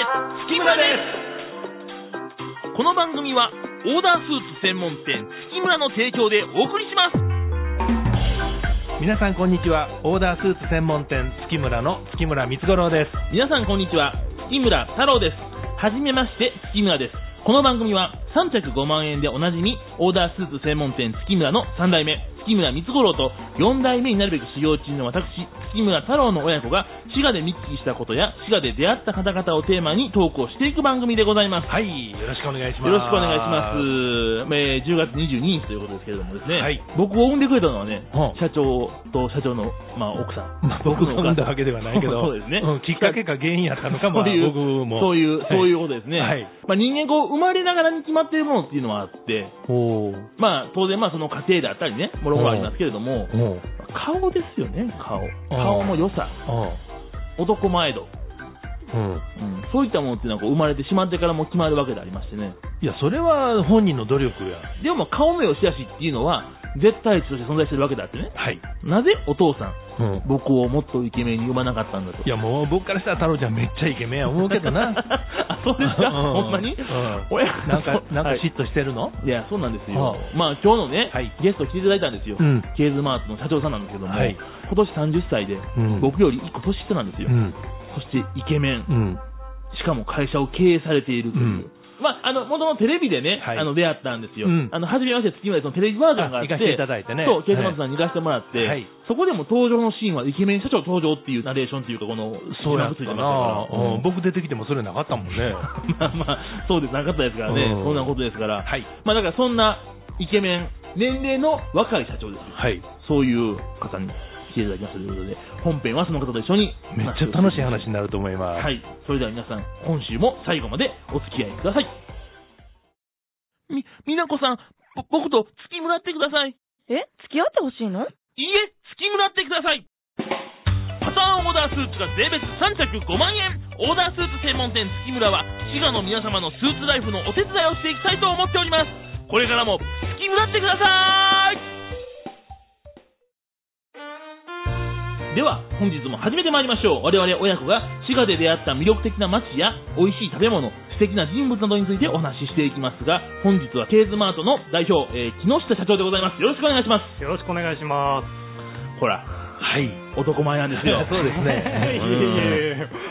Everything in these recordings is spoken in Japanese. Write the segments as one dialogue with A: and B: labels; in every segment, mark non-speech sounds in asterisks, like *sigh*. A: 村です
B: この番組はオーダースーツ専門店月村の提供でお送りします
C: 皆さんこんにちはオーダースーツ専門店月村の月村光五郎です
B: 皆さんこんにちは月村太郎ですはじめまして月村ですこの番組は3着5万円でおなじみオーダースーツ専門店月村の3代目月村光五郎と4代目になるべく修行中の私月村太郎の親子が滋賀でミッキーしたことや滋賀で出会った方々をテーマにトークをしていく番組でございます
C: はいよろしくお願いします
B: よろしくお願いします。えー10月22日ということですけれどもですね、
C: はい
B: 僕を産んでくれたのはね、
C: うん
B: 社長と社長の、まあ、奥さん。
C: まあ、僕が産んだわけではないけど
B: *laughs* そうですね。
C: んきっかけか原因やったのかも、
B: そういう
C: 僕も
B: そういう、そういううことですね。
C: はい
B: まあ、人間こう、生まれながらに決まっているものっていうのはあって、
C: おー
B: まあ、当然まあ、その過程であったりね、もろもろありますけれども、
C: おー
B: 顔ですよね、顔。顔の良さ、
C: お
B: 男前度。
C: ーうん
B: うん、そういったものっていうのはこう生まれてしまってからも決まるわけでありましてね。
C: いやそれは本人の努力や
B: でもまあ顔の良し悪しっていうのは絶対値として存在してるわけであってね。
C: はい、
B: なぜお父さん、
C: うん、
B: 僕をもっとイケメンに産まなかったんだと。
C: いやもう僕からしたら太郎ちゃんめっちゃイケメンや思うけど
B: *laughs*
C: な
B: あ、そうですか、ほんまに、
C: う
B: 親
C: なんかなんか
B: はい
C: 嫉妬してるの、
B: いや、そうなんですよ。
C: は
B: まあ、今日のね、
C: はい
B: ゲスト来ていただいたんですよ。
C: うん
B: ケーズマートの社長さんなんですけども、
C: はい
B: 今年30歳で、
C: うん
B: 僕より1個年下なんですよ。
C: うん
B: そして、イケメン、
C: うん
B: しかも会社を経営されているという。
C: うん
B: まあ、あの、元のテレビでね、
C: はい
B: あの、出会ったんですよ。
C: うん
B: あの、初めまして、月村でそのテレビバージョンがあって、
C: あ行かせていただいてね
B: そう、ケーズマートさんに行かせてもらって、
C: はい
B: そこでも登場のシーンはイケメン社長登場っていうナレーションっていうか、この、
C: そうやっ
B: 字幕つい
C: た
B: てました
C: な、
B: からうん
C: うん僕出てきてもそれなかったもんね
B: *laughs* まあまあ、そうです、なかったですからね
C: う、ん
B: そんなことですから、
C: はい
B: まあだからそんなイケメン、年齢の若い社長ですよ、
C: はい
B: そういう方に来ていただきましたということで、本編はその方と一緒に
C: めっちゃ楽しい話になると思います、
B: はい、それでは皆さん、今週も最後までお付き合いください。み、みなこさん、ぼ僕と付きもらってください。
D: え付き合ってほしいの
B: いいえ、付きもらってください。パターンオーダースーツが税別3着5万円オーダースーツ専門店月村は滋賀の皆様のスーツライフのお手伝いをしていきたいと思っておりますこれからも月村ってくださいでは本日も始めてまいりましょう我々親子が滋賀で出会った魅力的な街や美味しい食べ物素敵な人物などについてお話ししていきますが本日はケーズマートの代表、えー木下社長でございますよろしくお願いします
E: よろしくお願いします。
B: ほら
C: はい
B: 男前なんですよ
C: *laughs* そうですね
E: いえいえい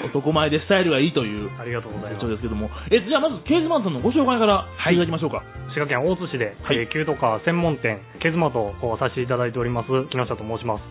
E: え
B: 男前でスタイルがいいという
E: ありがとうございま
B: そう
E: す。
B: ですけどもえじゃあまずケーズマンさんのご紹介からしていただきましょうか、
E: 滋賀県大津市で、
B: はい
E: えー、キュートカー専門店、ケズマとをさせていただいております、木下と申します。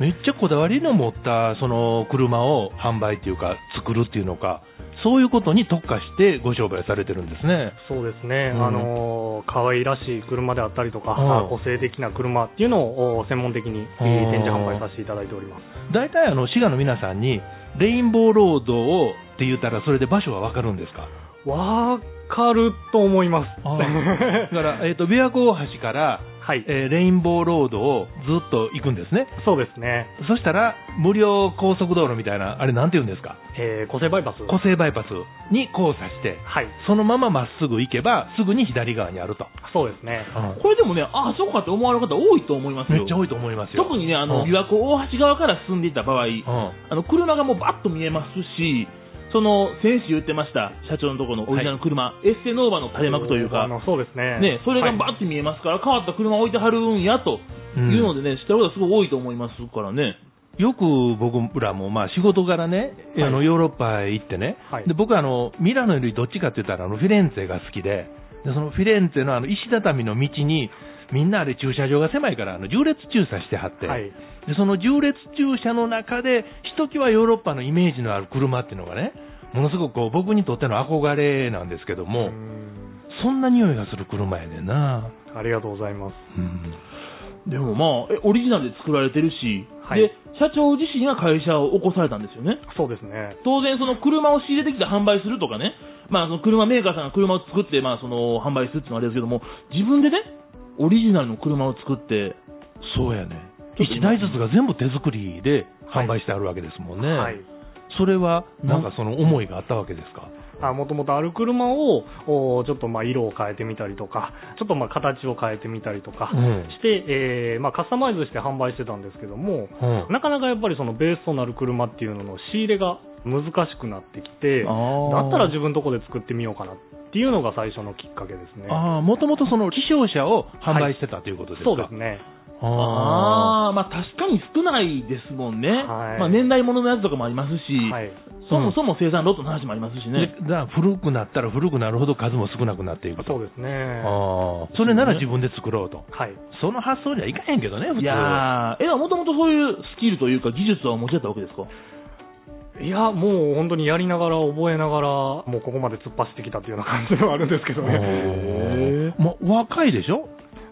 C: めっちゃこだわりの持ったその車を販売っていうか作るっていうのかそういうことに特化してご商売されてるんですね
E: そうですね、
C: うん
E: あのー、可愛らしい車であったりとか、
C: うん
E: 個性的な車っていうのをお専門的に、えー
C: うん
E: 展示販売させていただいております。
C: 大体あの滋賀の皆さんにレインボーロードをって言ったらそれで場所はわかるんですか
E: わかると思います。
C: あーだから、えー、と琵琶湖大橋から、
E: *laughs* はい、
C: えーレインボーロードをずっと行くんですね
E: そうですね、
C: そしたら無料高速道路みたいなあれなんて言うんですか
E: えー、個性バイパス。
C: 個性バイパスに交差して
E: はい、
C: そのまままっすぐ行けばすぐに左側にあると、
E: そうですね。
B: これでもねああそうかって思われる方多いと思います
C: め
B: よ
C: っちゃ多いと思いますよ
B: 特にねあの
C: うん
B: 琵琶湖大橋側から進んでいった場合
C: うん
B: あの車がもうバッと見えますしその先週言ってました社長のところのおじの車、エッセノーバの垂れ幕という
E: あ
B: か
E: のそうですね。
B: ね、それが
E: はい
B: バッて見えますから、変わった車置いてはるんやというのでね、知ってることすごい多いと思いますからね。
C: よく僕らもまあ仕事柄ね、
E: はい
C: あのヨーロッパへ行ってね、
E: はい
C: で僕はあのミラノよりどっちかって言ったらあのフィレンツェが好きで、でそのフィレンツェのあの石畳の道に、みんなあれ駐車場が狭いからあの縦列駐車してはって、
E: はい、
C: でその縦列駐車の中で、ひときわヨーロッパのイメージのある車っていうのがね、ものすごくこう僕にとっての憧れなんですけども、
E: うん
C: そんな匂いがする車やねんな。
E: ありがとうございます。
C: うん
B: でもまあ、えオリジナルで作られてるし、
E: はい
B: で、社長自身が会社を起こされたんですよね。
E: そうですね。
B: 当然、その車を仕入れてきて販売するとかね、まあ、その車メーカーさんが車を作って、まあ、その、販売するっていうのはあれですけども、自分でね、オリジナルの車を作って、
C: そうやね。
B: ちょっと
C: 一台ずつが全部手作りで販売してあるわけですもんね。
E: はい。
C: それはなんかその思いがあったわけですか。
E: あもともとある車をおちょっとまあ色を変えてみたりとかちょっとまあ形を変えてみたりとか
C: うん
E: して、えーまあ、カスタマイズして販売してたんですけども
C: うん
E: なかなかやっぱりそのベースとなる車っていうのの仕入れが難しくなってきて、だったら自分のとこで作ってみようかなっていうのが最初のきっかけですね。
C: ああ、もともとその、希少車を販売してたということですか、
E: そうですね。
C: あ
B: あ
C: あ。
B: あ、まあ確かに少ないですもんね。
E: はい
B: まあ年代物のやつとかもありますし、
E: はい。
B: そもそも生産ロットの話もありますしね。
C: でだから古くなったら古くなるほど数も少なくなっていくと。
E: そうですね。
C: ああ。それなら自分で作ろうと。
E: はい。
C: その発想じゃいかへんけどね、普通。
B: いやー、え、もともとそういうスキルというか技術はお持ちだったわけですか
E: いや、もう本当にやりながら覚えながら、もうここまで突っ走ってきたっていうような感じではあるんですけどね。
C: もう若いでしょ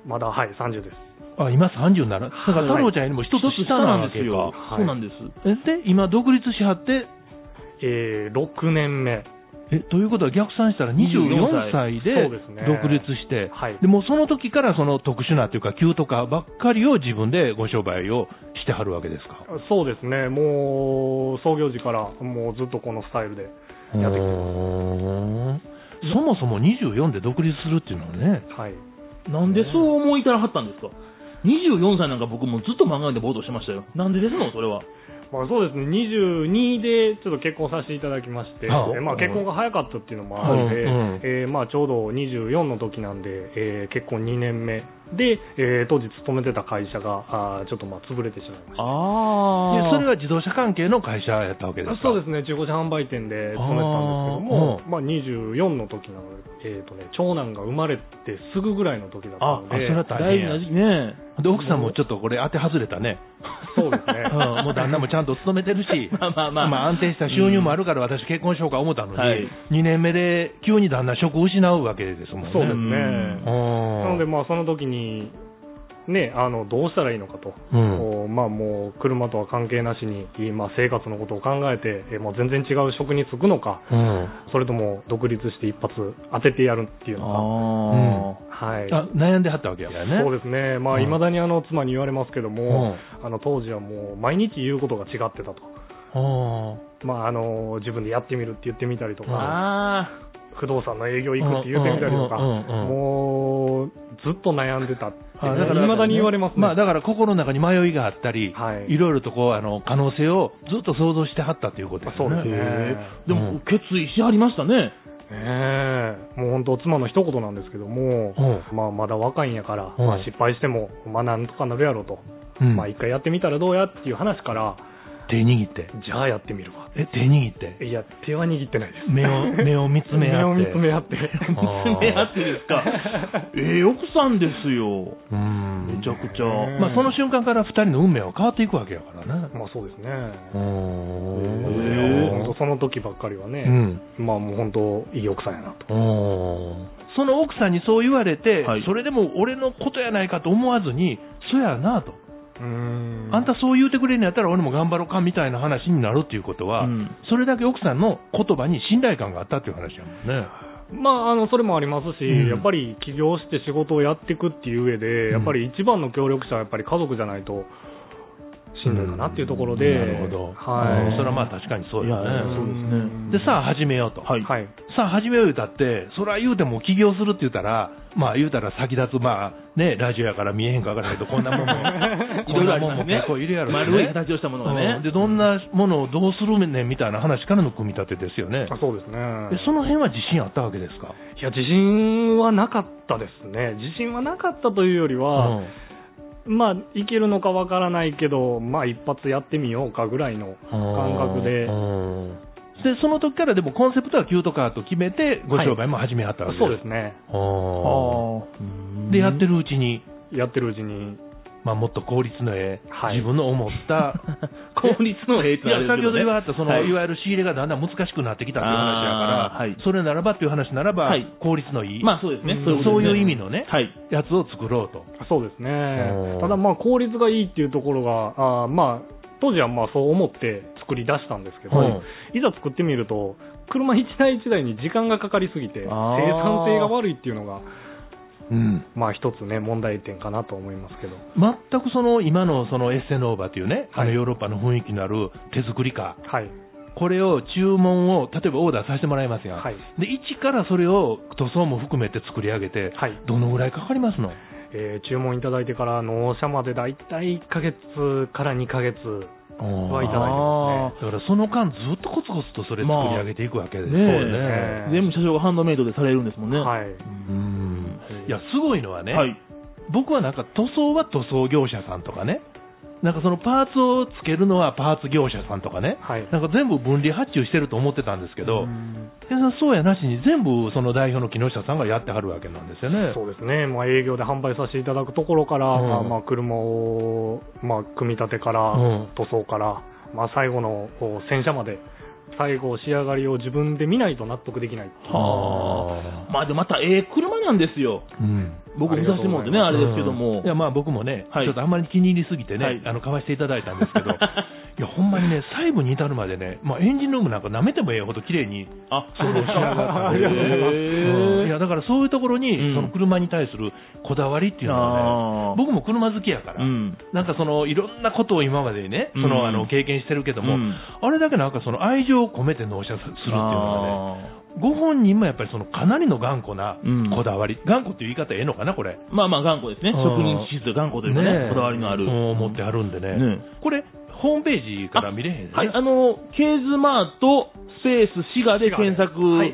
E: まだ、はい、30です。
C: あ今30になる。だから太郎ちゃんよりも一つ下なわけか。
E: はい
B: そうなんです。
C: えで、今独立しはって、
E: えー、6年目。
C: え、ということは逆算したら24
B: 24
C: 歳で
E: そうですね
C: 独立して、
E: はい
C: でもうその時からその特殊なというか、急とかばっかりを自分でご商売をしてはるわけですか。
E: そうですね、もう創業時からもうずっとこのスタイルでやってきてま
C: うーんそもそも24で独立するっていうのはね、
E: す。はい。
B: なんでそう思いたらはったんですか ?24 歳なんか僕もうずっと漫画でボードしてましたよ。なんでですのそれは。
E: まあそうですね、22でちょっと結婚させていただきまして、
C: あ
E: えまあ結婚が早かったっていうのもあるんで、
C: うん
E: えーまあちょうど24の時なんで、えー結婚2年目で、えー当時勤めてた会社が、あーちょっとまあ潰れてしまいました。
B: あ
C: でそれは自動車関係の会社やったわけですか。
E: そうですね、中古車販売店で勤めてたんですけども、まあ24の時なので、えっ、とね、長男が生まれてすぐぐらいの時だった
C: あ
E: の
C: あ、そ
E: で
C: れ、は
B: 大
C: 大
B: 事
C: 変や
B: な時期ね。
C: で、奥さんもちょっとこれ当て外れたね。
E: そうですね。
C: うんもう旦那もちゃんと勤めてるし
B: *laughs* 、まあまあまあ
C: 安定した収入もあるから私結婚しようか思ったのに、
B: はい
C: 2年目で急に旦那職を失うわけですもんね。
E: そうです
B: ん
E: ね。なので、まあ、その時に、ね、あのどうしたらいいのかと、
C: うん
E: こうまあ、もう車とは関係なしに、まあ、生活のことを考えて、えもう全然違う職に就くのか、
C: うん
E: それとも独立して一発当ててやるっていうの
B: あ
E: か、はい、
C: あ悩んではったわけやからね。
E: そうですね、ま
C: う
E: あ、
C: ん
E: 未だにあの妻に言われますけども、
C: う
E: あの当時はもう毎日言うことが違ってたと、
C: あ
E: まああの、自分でやってみるって言ってみたりと
B: あ。
E: か、
B: あ
E: 不動産の営業行くって言ってみたりとか、
C: うんうんうんうん
E: もうずっと悩んでたって、
C: あ
E: だから未だに言われますね。
C: まあ、だから心の中に迷いがあったり、
E: はい
C: いろいろとこうあの可能性をずっと想像してはったということですね。
E: そうですね
B: ーで
C: う
B: も
C: ん、
B: 決意しはりましたね。
E: ねえ、もう本当、妻の一言なんですけども、
C: うん
E: まあ、まだ若いんやから、
C: うん
E: まあ、失敗しても、まあ、なんとかなるやろと、
C: うん
E: まあ、一回やってみたらどうやっていう話から、
C: 手握って、
E: じゃあやってみるわ。
C: え手握って、
E: いや、手は握ってないです。
C: 目を目を見つめ合って。
E: 目を見つめ合って。
B: 見つ *laughs* め合ってですか。ええ奥さんですよ。
C: うん
B: めちゃくち
E: ね
B: ゃ。
C: まあ、その瞬間から二人の運命は変わっていくわけやからな。
E: *laughs* まあ、そうですね。
B: へえ
E: 本当その時ばっかりはね、
C: うん
E: まあ、もう本当、いい奥さんやなと。
C: その奥さんにそう言われて、
B: はい
C: それでも俺のことやないかと思わずに、そやなと、
E: うーん
C: あんたそう言うてくれるんやったら俺も頑張ろうかみたいな話になるっていうことは、
B: うん
C: それだけ奥さんの言葉に信頼感があったっていう話やもんね。
E: まあ、あのそれもありますし、
C: うん
E: やっぱり起業して仕事をやっていくっていう上で、やっぱり一番の協力者はやっぱり家族じゃないとしんどいかなっていうところで、
C: なるほど、
E: は
C: うん
E: い、
C: それはまあ確かにそう
B: い
C: よ
B: や、そうで
C: ね。
B: すね。
E: ん
C: でさあ始めようと、
B: はい
E: はい、
C: さあ始めよう言うたって、それは言うても起業するって言ったら、まあ言うたら先立つ、まあね、ラジオやから見えへんかわからないと、こんなもん
B: *laughs*
C: も、
B: い
C: こ
B: ろ
C: ん
B: いろあ
C: な
B: り
C: もん
B: ま
C: も
B: すね
C: 結。構いるやろね
B: 丸い形をしたものが
C: うん
B: ね。
C: で、どんなものをどうするねんみたいな話からの組み立てですよね
E: あ。そうですね
C: でその辺は自信あったわけですか
E: いや自信はなかったですね自信はなかったというよりは、
C: うん
E: まあいけるのかわからないけどまあ一発やってみようかぐらいの感覚で、
C: うんで、その時からでもコンセプトはキュートカーと決めて、ご商売も始めはったわけ
E: そうですね
C: あー
B: あ
C: で、やってるうちに、
E: やってるうちに
C: まあ、もっと効率のええ、
E: はい
C: 自分の
B: *laughs*
C: 思った、
B: 効率のええって
C: いや先ほど言わはったその、い、
B: わ
C: わゆる仕入れがだんだん難しくなってきたっていう話や
B: あ
C: から、
B: ーはい
C: それならばっていう話ならば、
B: はい
C: 効率のいい、
B: まあそうですね
C: ん。
B: そういうこと
C: そう
B: ですね
C: いう意味のね、
B: はい。
C: やつを作ろうと。
E: そうですね
C: ん、
E: ただまあ効率がいいっていうところが、あーまあ、当時はまあそう思って作り出したんですけど、
C: はい
E: いざ作ってみると、車一台一台に時間がかかりすぎて、生
B: あー
E: 産性が悪いっていうのが、
C: うん
E: まあ一つね、問題点かなと思いますけど、
C: 全くその今のそのエッセノーバというね、あ
E: は
C: の
E: い
C: ヨーロッパの雰囲気のある手作りカ
E: はい、
C: ー、これを注文を例えばオーダーさせてもらいますやん、
E: はい
C: で一からそれを塗装も含めて作り上げて、
E: はい
C: どのぐらいかかりますの
E: えー注文いただいてから納車までだいたい1ヶ月から2ヶ月はいただいてますね。
C: だからその間ずっとコツコツとそれ作り上げていくわけです、
B: まあねえ
E: ええ
B: 全部社長がハンドメイドでされるんですもんね。
E: はい。
C: うんいやすごいのはね、
B: はい。
C: 僕はなんか塗装は塗装業者さんとかねなんかそのパーツをつけるのはパーツ業者さんとかね
E: はい。
C: なんか全部分離発注してると思ってたんですけど、
E: うん
C: 皆さんそうやなしに全部その代表の木下さんがやってはるわけなんですよね。
E: *laughs* そうですね、まあ、営業で販売させていただくところから、
C: うん
E: まあまあ、車を、まあ、組み立てから、
C: うん
E: 塗装から、まあ、最後のこう洗車まで、最後、仕上がりを自分で見ないと納得できない、
C: はあ
B: まあでもまたええ車なんですよ。
C: うん
B: 僕見させてもらってね、あ
E: あ
B: れですけども。
C: いやまあ僕もね、
B: はい
C: ちょっとあんまり気に入りすぎてね、
B: はい
C: あの買わせていただいたんです
B: *laughs*
C: けど、いやほんまにね、細部に至るまでね、まあ、エンジンルームなんか舐めてもええほど綺麗に、
B: あ、そうですか。
E: ありがとうございます
C: うんいやだからそういうところに、
B: うん
C: その車に対するこだわりっていうのはね、
B: あー
C: 僕も車好きやから、
B: うん。
C: なんかそのいろんなことを今までにね、その、
B: うん
C: あの経験してるけど
B: う
C: も、
B: ん
C: あれだけなんかその愛情を込めて納車するっていうのがね。ご本人もやっぱりそのかなりの頑固な
B: うん
C: こだわり、頑固っていう言い方ええのかな、これ。
B: あーまあまあ頑固ですね。
C: うん
B: 職人気質頑固というかね、
C: え
B: こだわりのある。
C: そう思ってあるんでね。
B: ね
C: これ、ホームページから見れへんね
B: はい、あの、ケーズマート、スペース、滋賀で
E: 滋賀で
B: 検索
E: はい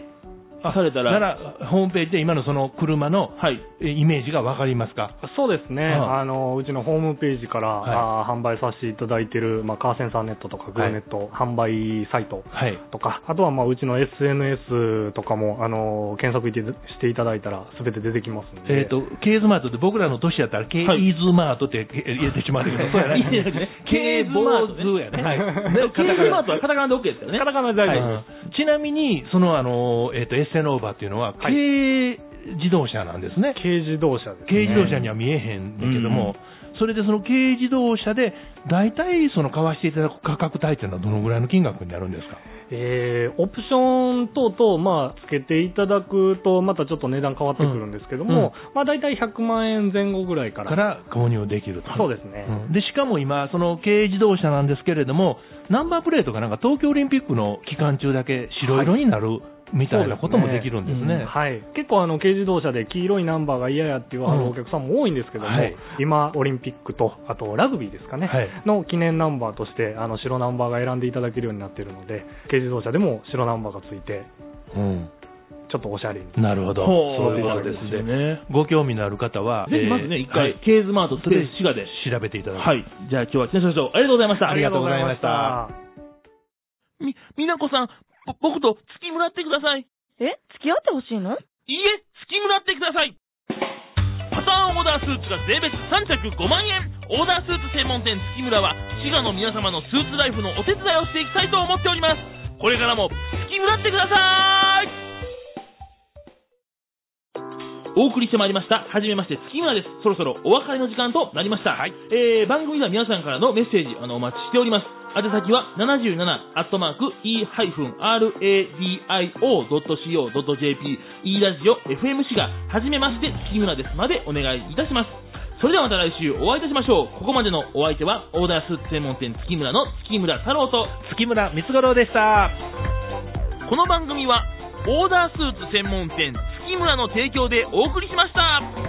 B: された
C: な
B: ら、
C: ら、ホームページで今のその車の
B: はい。
C: えイメージがわかりますか
E: そうですね、
C: うん
E: あのうちのホームページから、
C: は
E: あー販売させていただいてる、まあ、カーセンサーネットとか、グーネット、販売サイト
C: はい。
E: とか、あとはまあうちの SNS とかもあの検索していただいたら、すべて出てきますん
C: え
E: で、
C: っ、と、ケーズマートって僕らの年やったら、ケイズマートってえ入れてし *laughs* まうけど、そうや
B: いいですね
C: ケーボーズやね。
B: はい
C: はい
B: でケーズマートはカタカナで OK ですからね。カタカナで大
C: はいちなみに、その、あの、えっ、と、エッセンオーバーっていうのは、
E: はい
C: 軽自動車なんですね。
E: 軽自動車ですね。
C: 軽自動車には見えへんねんけども、それでその軽自動車で、大体その買わせていただく価格帯というのはどのぐらいの金額になるんですか
E: えーオプション等々、まあ、つけていただくと、またちょっと値段変わってくるんですけども、まあ、大体100万円前後ぐらいから。
C: から購入できると。
E: そうですね。
C: うんで、しかも今、その軽自動車なんですけれども、ナンバープレートがなんか東京オリンピックの期間中だけ白色になるみたいなこともできるんですね。
E: はい、結構あの軽自動車で黄色いナンバーが嫌やっていうあ
C: うん
E: のお客さんも多いんですけども、
C: はい
E: 今、オリンピックと、あとラグビーですかね、
C: はい
E: の記念ナンバーとして、あの白ナンバーが選んでいただけるようになっているので、軽自動車でも白ナンバーがついて、
C: うん
E: ちょっとおしゃれに。
C: なるほど。
B: そう
C: そういうことで
B: ですす
C: ね。
B: ね。
C: ご興味のある方は、
B: ぜひまずね、一
C: えー
B: 回、ケーズマート、スペース、滋賀で。
C: 調べていただき
B: はい。じゃあ今日は、北社長、ありがとうございました。
C: ありがとうございました
E: ありがとうございまし
B: み、みなこさん、ぼ僕と月村ってください。
D: え付き合ってほしいの
B: いいえ、月村ってください。パターンオーダースーツが税別3着5万円。オーダースーツ専門店月村は、滋賀の皆様のスーツライフのお手伝いをしていきたいと思っております。これからも月村ってください。お送りしてまいりました。はじめまして、月村です。そろそろお別れの時間となりました。えー、番組では皆さんからのメッセージ、あの、お待ちしております。宛先は、77-e-radio.co.jp、e ラジオ FMC が、はじめまして、月村ですまでお願いいたします。それではまた来週お会いいたしましょう。ここまでのお相手は、オーダースーツ専門店月村の月村太郎と、
C: ます。月村光五郎でした。
B: この番組は、オーダースーツ専門店月村の提供でお送りしました。